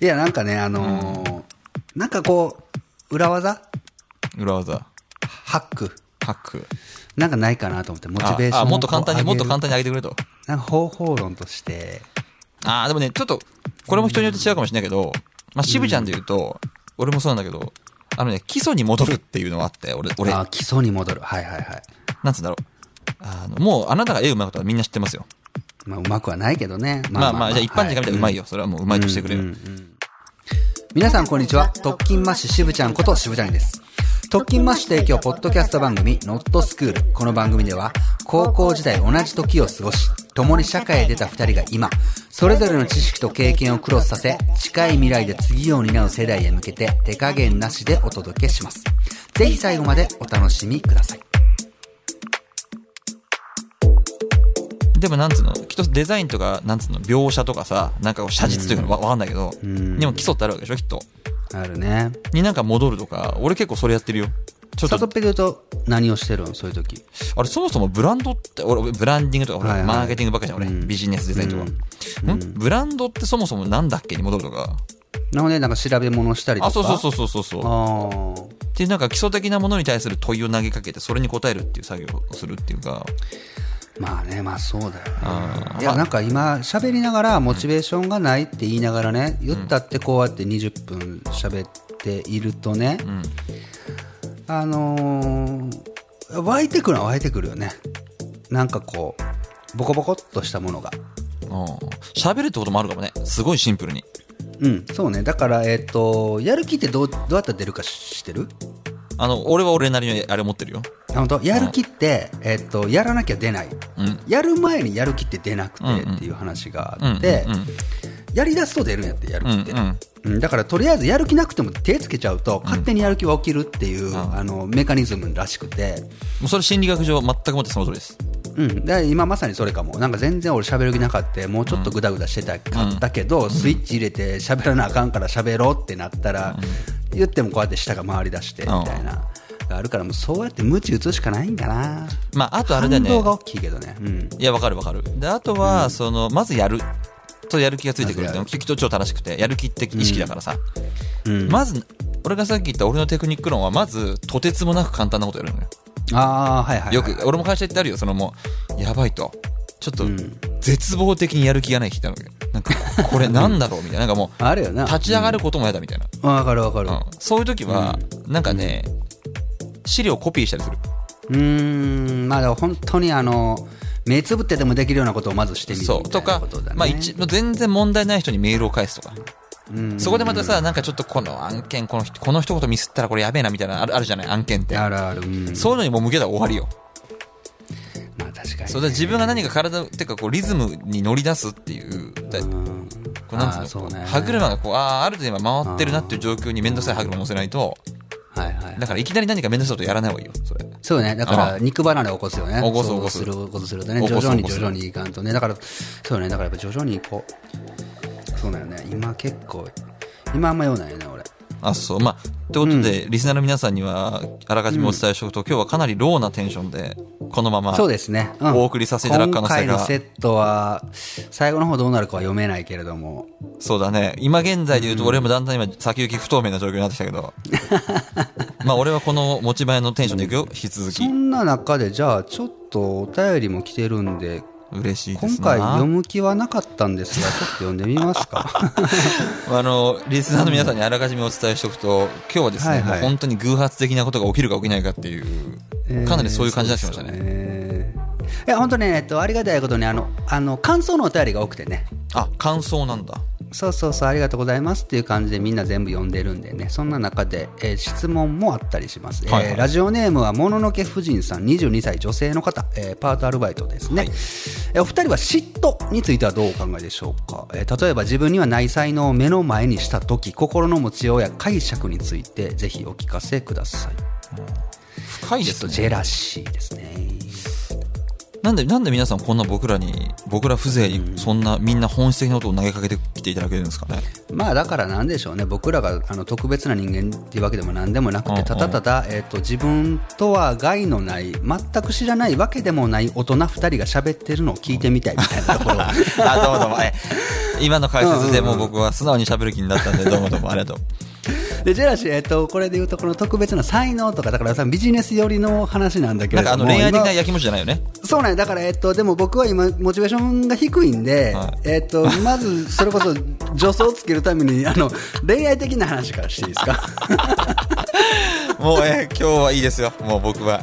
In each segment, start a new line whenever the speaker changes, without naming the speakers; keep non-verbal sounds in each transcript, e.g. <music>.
いや、なんかね、あのーなんかこう、裏技
裏技。
ハック
ハック。
なんかないかなと思って、モチ
あ
ベーション
あ、もっと簡単に、
こ
も
う
っ
上げ
と
る
簡単に上げてくれと。
なんか方法論として、
ああ、でもね、ちょっと、これも人によって違うかもしれないけど、まあ、渋ちゃんで言うと、俺もそうなんだけど、あのね、基礎に戻るっていうのはあって、俺、俺、
あ、基礎に戻る。はいはいはい。
なんつうんだろう。あの、もう、あなたが絵うまいことはみんな知ってますよ。
まあ、うまくはないけどね。
まあまあ、じゃあ一般人が見たらうまい
よ。
よ。それはもううまいとしてくれよ。
皆さんこんにちは。特勤マッシュ渋ちゃんこと渋谷です。特勤マッシュ提供ポッドキャスト番組、ノットスクール。この番組では、高校時代同じ時を過ごし、共に社会へ出た二人が今、それぞれの知識と経験をクロスさせ、近い未来で次を担う世代へ向けて、手加減なしでお届けします。ぜひ最後までお楽しみください。
でもなんつうの、きっとデザインとか、なんつうの、描写とかさ、なんかこう写実というかわわかんないけど、でも基礎ってあるわけでしょ、きっと。
あるね。
になんか戻るとか、俺結構それやってるよ。ちょっ
サト
と
ペで言うと、何をしてるのそういう時。
あれ、そもそもブランドって、俺、ブランディングとか、ほら
はいはい
マーケティングばっかじゃん、俺。ビジネスデザインとか。んブランドってそもそもなんだっけに戻るとか。
なので、なんか調べ物したりとか。
あ、そうそうそうそうそう。っ
あー
ていうなんか基礎的なものに対する問いを投げかけて、それに答えるっていう作業をするっていうか。
まあね、まあそうだよね、
あー
いや、なんか今、喋りながら、モチベーションがないって言いながらね、言ったってこうやって20分喋っているとね、
ん
あのー湧いてくるのは湧いてくるよね。なんかこう、ボコボコっとしたものが。
うん。喋るってこともあるかもね。すごいシンプルに。
うん、そうね。だから、えっ、と、やる気ってどう、どうやったら出るか知ってる
あの、俺は俺なりにあれ持ってるよ。
あ本当やる気って、えっと、やらなきゃ出ない。
うん。
やる前にやる気って出なくてっていう話があって
うんうんうん、
やりだすと出るんやって、やる
うん
気って。
うん。
うんだからとりあえずやる気なくても手つけちゃうと勝手にやる気は起きるっていう、
ん
あのメカニズムらしくて、
もうそれ心理学上全くもってその通りです。
うん、だから今まさにそれかもなんか全然俺喋る気なかったもうちょっとグダグダしてたかったけど、スイッチ入れて喋らなあかんから喋ろうってなったら、言ってもこうやって舌が回りだしてみたいな、があるからもうそうやって無知打つしかないんだな
まあ、あとあれ
反
だよね。
動が大きいけどね、うん、
いや、わかるわかる。で、あとは、その、まずやる。とやる気がついてくるっていうの
ま
も、きっと超正しくて、やる気って意識だからさ。
うん
まず、俺がさっき言った俺のテクニック論は、まず、とてつもなく簡単なことやるのよ。
ああはいはい、はい、
よく、俺も会社行ってあるよ、そのもう、やばいと。ちょっと、絶望的にやる気がない日なのよ。なんか、これなんだろうみたいな。なんかも
あるよ <laughs>
う、
な
立ち上がることもやだみたいな。
わかるわかる
うんそういう時は、なんかね、資料をコピーしたりする。
うーんまあでも本当にあの目つぶってでもできるようなことをまずしてみるみたい
そう。と
な
か
ことだ、ね
まあ一、全然問題ない人にメールを返すとか。
うん
そこでまたさ、なんかちょっとこの案件、このひ、この一言ミスったらこれやべえなみたいなのある、あるじゃない、案件って。
あるある、うん、
そういうのにもう向けたら終わりよ。
まあ確かに
それで自分が何か体、てかこうリズムに乗り出すっていう、だこ
うん
うなんつ
あー
う
そ
の
うね
歯車がこう、ああ、ある程度今回ってるなっていう状況にめんどくさい歯車乗せないと、
はいはい
だからいきなり何かめんどくさいことやらない方がいいよ、それ。
そうねだか
あ
ら肉離れ起こすよね
起こす
そう
起こす
することするとね
起
徐
こす
々に
起
徐
こす
々にいかんとねだからそうねだからやっぱ徐々にこうそうだよね今結構今あんまようないよね俺
あ、そう。まあ、ということで、リスナーの皆さんには、あらかじめお伝えしておくと、今日はかなりローなテンションで、このまま、
そうですね、うん
お送りさせていただく可能性が
今回のセットは最後の方どうなるかは読めないけれども
そうだね。今現在で言うと、俺もだんだん今、先行き不透明な状況になってきたけ
<laughs>
ど。まあ、俺はこの持ち前のテンションでいくよ、引き続
そ
き。
んな中でじゃあちょっとお便りも来てるんで
嬉しいで
今
すな。
回読む気はなかったんですがちょっと読んでみます
<laughs>
か
あの、リスナーの皆さんにあらかじめお伝えしておくと、今日はですね、
はいはい
もう本当に偶発的なことが起きるか起きないかっていう、かなりそういう感じになってきましたね。
えーいや本当ね、えっと、ありがたいことにあのあの感想のお便りが多くてね
あ、感想なんだ。
そうそうそうありがとうございますっていう感じでみんな全部読んでるんでねそんな中で、えー質問もあったりします、
はいはい
えーラジオネームはもののけ婦人さん22歳女性の方、えーパートアルバイトですね、えーお二人は嫉妬についてはどうお考えでしょうか、えー例えば自分にはない才能を目の前にした時心の持ちようや解釈についてぜひお聞かせください
深いで
ちょっ
す
と
ね。
ジェラシーですね。
なんで、なんで皆さんこんな僕らに、僕ら風情に、そんなみんな本質的なことを投げかけてきていただけるんですかね。
まあだからなんでしょうね、僕らがあの特別な人間っていうわけでもなんでもなく
うん
て、
うん
ただただ、えっと自分とは害のない、全く知らないわけでもない大人2人が喋ってるのを聞いてみたいみたいな
<laughs>
ところ
あ、どうもどうも。え今の解説で
うんうん
も
う
うん僕は素直に喋る気になったん
<laughs>
で、どうもどうもありがとう。
で、ジェラシー、えっとこれで言うと、この特別な才能とか、だからさビジネス寄りの話なんだけ
な
れ
んかあ
ども、
の恋愛的な
今
やきもちじゃないよね。
そうなんやだから、えっと、でも僕は今、モチベーションが低いんで、
は
えっと、まず、それこそ、助走をつけるために、あの、恋愛的な話からしていいですか
もうえ、今日はいいですよ。もう僕は。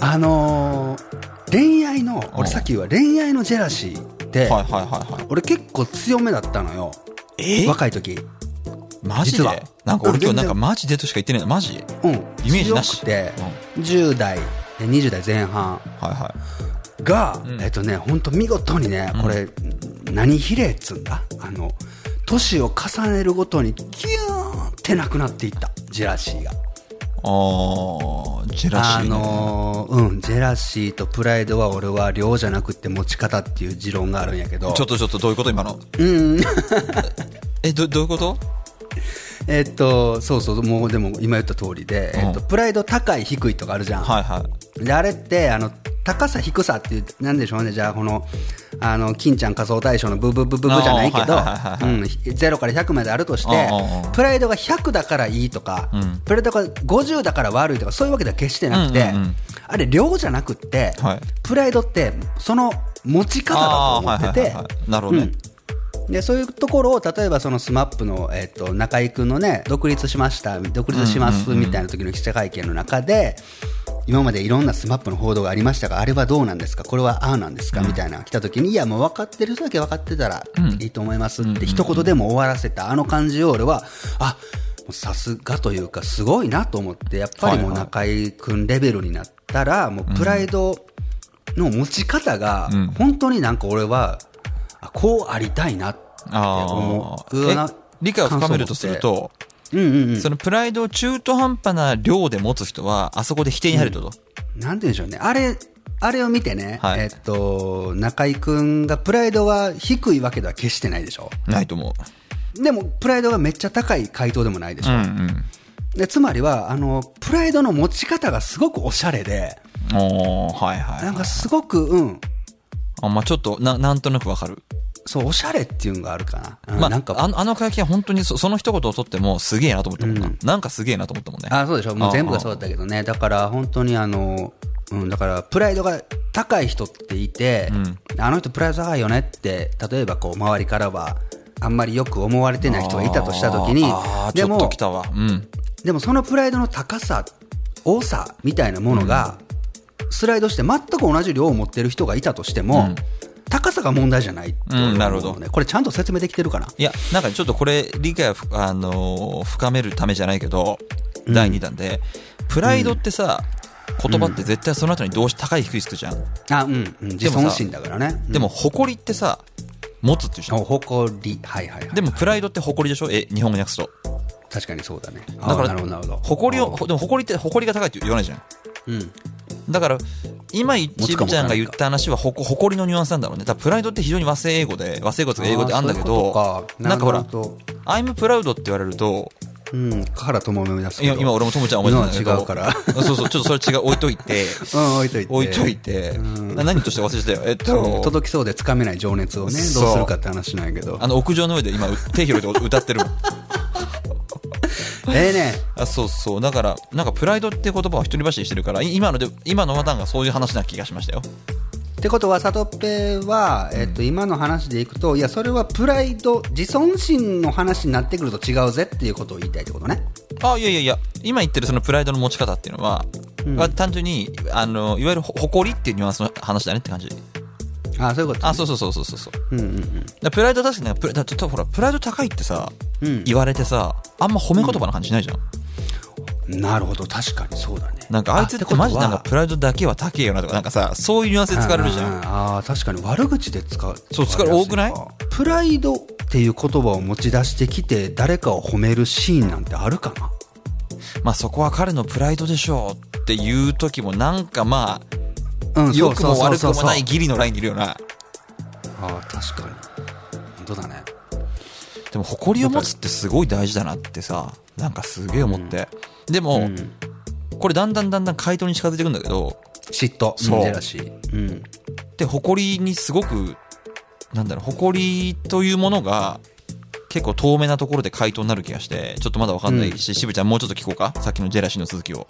あのー恋愛の、俺さっき言うわ、恋愛のジェラシーって、
はいはいはいはい。
俺結構強めだったのよ。
え
若い時。
マジ
実は
でなんか俺今
う
日
ん全然
なんかマジでとしか言ってないのマジ
うん。
イメージなし
強くて、10代、20代前半
はいは
が、
うん
えっとね、本当見事にね、これ、何比例っつうんだあの、年を重ねるごとに、キューンってなくなっていった、ジェラシーが。
い。あー、ジェラシー
あ
ね。
のーうん、ジェラシーとプライドは俺は量じゃなくて持ち方っていう持論があるんやけど、
ちょっとちょっとどういうこと今の。
うん、
<laughs> え、ど、どういうこと
えっと、そうそう、もうでも今言った通りで、えっと、
うん
プライド高い低いとかあるじゃん。
はいはい。
であれってあの高さ低さっていうなんでしょうねじゃあこのあの金ちゃん仮想大賞のブブブブブじゃないけど
あーはいはいはいはい
うん0から100まであるとして
うんうんうん
プライドが100だからいいとか、
うん
プライドが50だから悪いとかそういうわけでは決してなくて、
うんうんうん
あれ量じゃなくって、
はい
プライドってその持ち方だと思って
あーはいはい
て
はいはいなるほどね
うんでそういうところを例えばそのスマップの、えっと中居君のね独立しました独立しますみたいな時の記者会見の中で今までいろんなスマップの報道がありましたがあれはどうなんですかこれはああなんですかみたいなのが来た時にいやもう分かってる人だけ分かってたらいいと思いますって一言でも終わらせたあの感じを俺はあもうさすがというかすごいなと思ってやっぱりもう中居君レベルになったらもうプライドの持ち方が
うん
本当になんか俺はあこうありたいなって
あ
思うよう
あ
な。
理解を深めるとすると、
うんうんうん
そのプライドを中途半端な量で持つ人は、あそこで否定に入るってこと。
なんて言うんでしょうね。あれ、あれを見てね、
はい
えっと、中居くんがプライドは低いわけでは決してないでしょ。
ないと思う。
でも、プライドがめっちゃ高い回答でもないでし
う
ょ。
んうん。
でつまりは、あの、プライドの持ち方がすごくおしゃれで、
おー、はいはい。
なんかすごく、うん、
あ、まあちょっと、な、なんとなくわかる。
そう、おしゃれっていうのがあるかな。うん
ま
な
あ
ん、か
あの、あの会見は本当にそ、その一言をとっても、すげえなと思ったもんな。なんかすげえなと思ったもんね。
あそうでしょもう全部がそうだったけどねだから本当にあの、うん、だからプライドが高い人っていて、あの人プライド高いよねって例えばこう周りからはあんまりよく思われてない人がいたとした時に
あーち
で
ょっと
も
来たわ。うん。
でもそのプライドの高さ多さみたいなものが、スライドして全く同じ量を持ってる人がいたとしても、高さが問題じゃないって俺は思うのね、
うんなるほ
これちゃんと説明できてるかない
や、なんかちょっとこれ、理解をふ、あのー深めるためじゃないけど、第2弾で、プライドってさ、言葉って絶対その後に動詞高い低いつくじゃん。
あうん、うん、自尊心だからね
でも、誇りってさ、持つっていうじゃん。
お誇りはいはいはい
でも、プライドって誇りでしょえ、日本語に訳すと。
確かにそうだね。だ
だから、
なるほど、なるほど。
誇りを、ほでも誇りって、誇りが高いって言わないじゃん。
うん。
だから、今、いちぶちゃんが言った話は、ほこ誇りのニュアンスなんだろうね。だからプライドって非常に和製英語で、和製英語とか英語であんだけど、
あーそういうことか
なんかほ
な
ら
るほど、
I'm proud って言われると、
うん。からとも目指す
い
けど
や、今俺もともちゃん思い出したんだけど。
のは違うから。
そうそう、ちょっとそれ違う、置いと
<laughs>
いて。
うん、置いといて。
置いといて。な何として忘れてたよ。えっ
うん
と、
届きそうでつかめない情熱をね、
そう
どうするかって話なんやけど
あ。の、屋上の上で今、手広げて歌ってるもん。
ええね。
あそうそう。だから、なんかプライドって言葉を一人走りしてるから、い今ので、今の和単がそういう話な気がしましたよ。
ってことは、サトペは、えっと、今の話でいくと、いや、それはプライド、自尊心の話になってくると違うぜっていうことを言いたいってことね。
あ、いやいやいや、今言ってるそのプライドの持ち方っていうのは、は単純に、あの、いわゆるほ誇りっていうニュアンスの話だねって感じ。
ああ、そういうこと。
あ、そうそうそうそうそうそ
う
う。
んうんうん。
だからプライド確かにね、プラだだほら、プライド高いってさ、
うん
言われてさ、あんま褒め言葉な感じしないじゃん
なるほど、確かにそうだね。
なんかあいつってマジなんか
プ
プライドだけは高えよなとか、なんかさ、そういうニュアンスで使われるじゃん。
ああー確かに悪口で使う
そう使う多くない
プライドっていう言葉を持ち出してきて誰かを褒めるシーンなんてあるかな
まあそこは彼のプライドでしょうっていう時もなんかまあ、
うんそう
良くも悪く
そうそうそ
も
う
な
そう
いギリのラインにいるよな。
ああ確かに本当だね
でも誇りを持つってすごい大事だなってさなんかすげえ思って、でも、
うん
これだんだんだんだん回答に近づいていくんだけど
嫉妬
そう
ジェラシーうん
で誇りにすごくなんだろう誇りというものが結構透明なところで回答になる気がしてちょっとまだわかんないし、渋ちゃんもうちょっと聞こうかさっきのジェラシーの続きを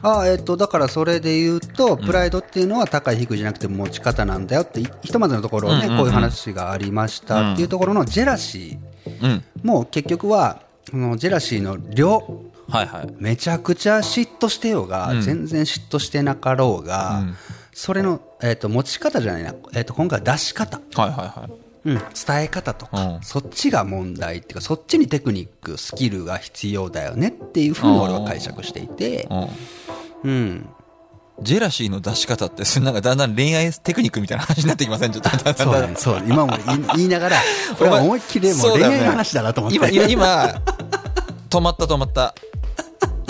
ああえっとだからそれで言うとプライドっていうのは高い低いじゃなくて持ち方なんだよっていひとまずのところね、
うんうんうん
こういう話がありましたっていうところのジェラシ
うん
ーも結局はこのジェラシーの量
はいはい
めちゃくちゃ嫉妬してようが、
うん
全然嫉妬してなかろうが、
うん
それの、えっと持ち方じゃないな、えっと今回は出し方、
はいはいはい
うん、伝え方とか、
うん
そっちが問題っていうかそっちにテクニックスキルが必要だよねっていうふうに俺は解釈していて、
う
うん、
んジェラシーの出し方ってそれなんかだんだん恋愛テクニックみたいな話になってきませんちょっとだんだん
そうだねそう今も言い <laughs> 言いながら俺は思いっきりもう
そう
恋
だよね
愛の話だなと思って、
今今今止まった止まった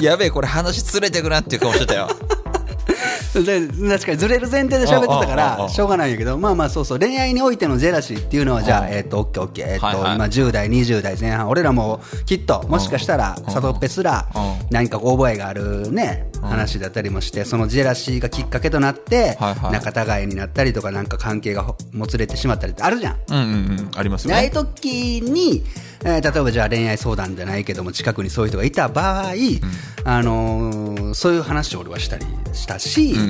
やべえこれ話つれてくなっていう顔してたよ
で確かにずれる前提で喋ってたか
あああああ
ら
あ
しょうがないんやけどまあまあそうそう恋愛においてのジェラシーっていうのはじゃ
あ
あえっとオッケーオッケーえっと
はいはい
今10代20代前半俺らもきっともしかしたら
ん
サドッペすら
うん
何かこう覚えがあるね話だったりもしてそのジェラシーがきっかけとなって
はいはい
仲違いになったりとかなんか関係がほもつれてしまったりってあるじゃん。
うんうんうんありますよ
ああい
ね
う時に、えー例えばじゃあ恋愛相談じゃないけども近くにそういう人がいた場合、あのーそういう話を俺はしたりしたし、
んうん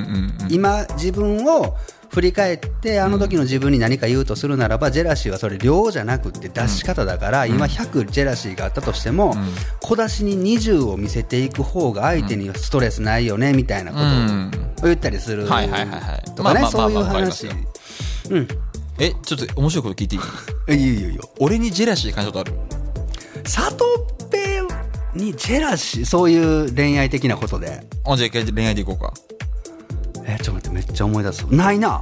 うん
今自分を振り返ってあの時の自分に何か言うとするならば、ジェラシーはそれ量じゃなくて出し方だから、今100ジェラシーがあったとしても、小出しに20を見せていく方が相手にストレスないよねみたいなこ
うん
とを言ったりすると
はいはいはいはい
かね
まあまあ
そういう
まあまあわかりま
話
すよ
うん
えちょっと面白いこと聞いていい
えいいよいいよいいよ
俺にジェラシー感じたことある
サトペにジェラシーそういう恋愛的なことで
あじゃあ一回恋愛でいこうか
えちょっと待ってめっちゃ思い出すないな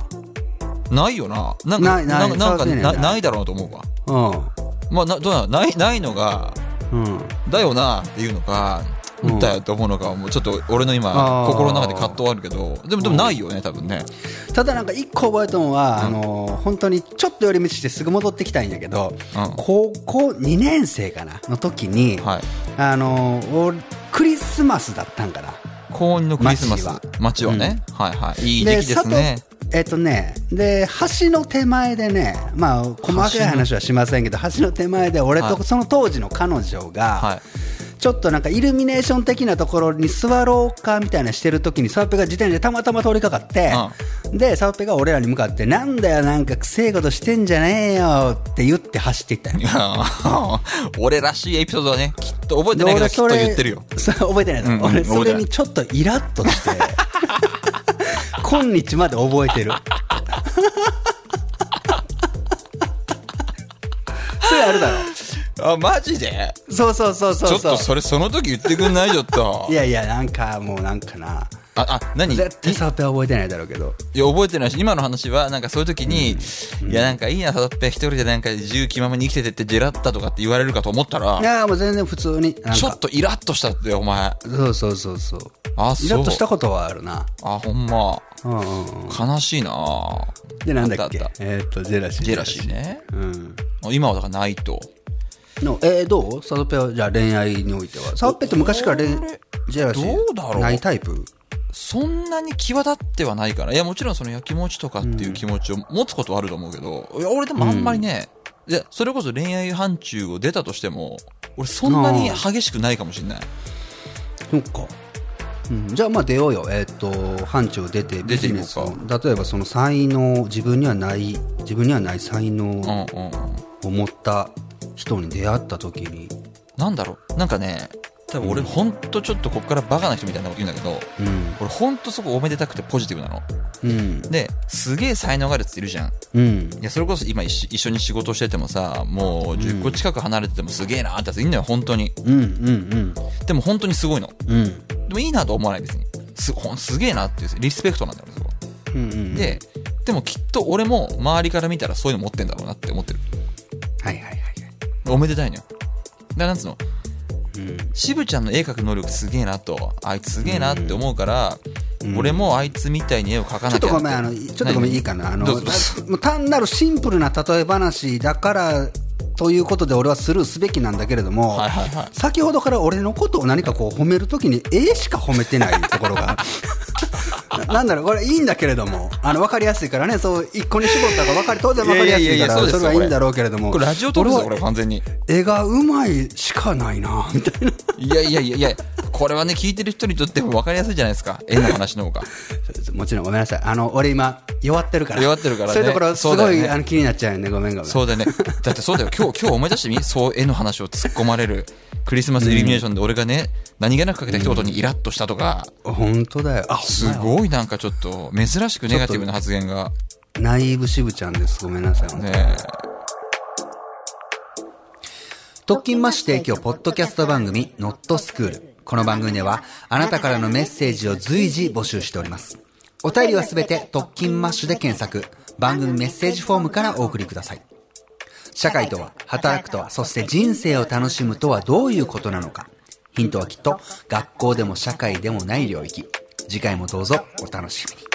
ないよななんか
ないない
んかなんか
触ってねえな
なないだろうなと思うわ
う
まあなどうなのないないのが
んうん
だよなっていうのか、
うん
だよって思うのかもうちょっと俺の今
あー
心の中で葛藤あるけどでもでもないよね多分ね
ただなんか一個覚えたのは、あのー本当にちょっと寄り道してすぐ戻ってきたいんだけど、
うん
高校2年生かなの時に、
はい
あのーおクリスマスだったんかな
高2のクリスマス
街は
街はね、はいはいいい時期ですね
佐藤えっとね、で橋の手前でね、まあ、細かい話はしませんけど、橋の手前で俺
は
と
い
その当時の彼女
は
が、ちょっとなんかイルミネーション的なところに座ろうかみたいなしてる時に、サウペが自転車でたまたま通りかかって、で、サウペが俺らに向かって、なんだよ、なんかくせえことしてんじゃねえよって言って走っていったよ
い。い。やー俺らしい <laughs> エピソードはねきっと覚えてないけどきっと言ってるよ
それ覚えてないの、
うんうん
俺そ
覚えて
れ
ない
にちょっとイラッとして <laughs> 今日まで覚えてる <laughs> それあるだろ
あマジで
そうそうそうそう
ちょっと
そ
それその時言ってくん <laughs> ないちょっと
ういやいやなんかもうなんかな
ああ何い <laughs> や
絶対サーペは覚えてないだろうけど
覚えてないし今の話はなんかそういう時に、いやなんかいいなさだって一人でなんか自由気ままに生きててってジェラッタとかって言われるかと思ったら
いやもう全然普通になんか
ちょっとイラッとしたってお前
そうそうそうそう
あそう
イラッとしたことはあるな
あほんま
うんうんうん
悲しいな
でなんだっけ
あったあった
えーっとジェラシー
ジェラシーね
うん
今はだからないと
のえー、どうサドペはじゃあ恋愛においてはサドペって昔から恋
俺
ジェラシー
どうだろう
ないタイプ
そんなに際立ってはないからいやもちろんそのやきもちとかっていう気持ちを持つことはあると思うけど、いや俺でもあんまりね、いやそれこそ恋愛範疇を出たとしても俺そんなに激しくないかもしれない
そっか、うん、じゃあまあ出ようよえっ、と範疇出てビ
出
ジ
ていこうか
ネスを例えばその才能自分にはない自分にはない才
うん
能
うんうん
を持った人に出会った時に
なんだろうなんかね多分俺ほんとちょっとこっからバカな人みたいなこと言うんだけど
うん
俺ほんとそこおめでたくてポジティブなの
うん
ですげえ才能があるって言ってるじゃん
うん
いやそれこそ今一緒一緒に仕事しててもさもう10個近く離れててもすげえなってやついんのよ本当に
うんうん
でも本当にすごいの
うんうん
でもいいなとは思わない別にすほんすげえなっていうリスペクトなんだよそこ
うんうん
ででもきっと俺も周りから見たらそういうの持ってんだろうなって思ってる
はいはいはいはい
おめでたいのよだからなんつうの
うん
渋ちゃんの絵描く能力すげえなとあいつすげえなって思うから、
うん
俺もあいつみたいに絵を描か
ちょ
な
っ
きゃ
と
って
ごめん、あの、ちょっとごめん、いいかな。あの、
ど
だ
うぞどうぞ
もう単なるシンプルな例え話だから、ということで俺はスルーすべきなんだけれども、
はいはいはい
先ほどから俺のことを何かこう褒めるときに、絵しか褒めてないところ
<laughs>
が。ななんだろう、これいいんだけれども、あの、わかりやすいからね、そう、一個に絞った方がわかり、当然わかりやす
いやい
い
やい
か
やそう
ら、
です
そ
よ
れはいいんだろうけれども。
これラジオ撮るぞこ
俺
れ
は
完全に
絵がうまいしかないな、みたいな。
いやいやいやいやこれはね聞いてる人にとっても分かりやすいじゃないですか絵の話の方が
もちろんごめんなさい。あの、俺今、弱ってるから。
弱ってるからね
そういうところ、す
そうだ
ご
よ
い、
ね
あの気になっちゃうよね。ごめんごめん。
そうだよね。だってそうだよ。今日、今日思い出してみそう、絵の話を突っ込まれる。クリスマスイルミネーションで俺がね、何気なくかけた一言にイラッとしたとか、
本当だよ。あ、
すごいなんかちょっと、珍しくネガティブな発言が、
ナイーブシブちゃんです。ごめんなさい。
ね
特勤マッシュ提供ポッドキャスト番組ノットスクール。この番組ではあなたからのメッセージを随時募集しております。お便りはすべて特勤マッシュで検索。番組メッセージフォームからお送りください。社会とは、働くとは、そして人生を楽しむとはどういうことなのか。ヒントはきっと学校でも社会でもない領域。次回もどうぞお楽しみに。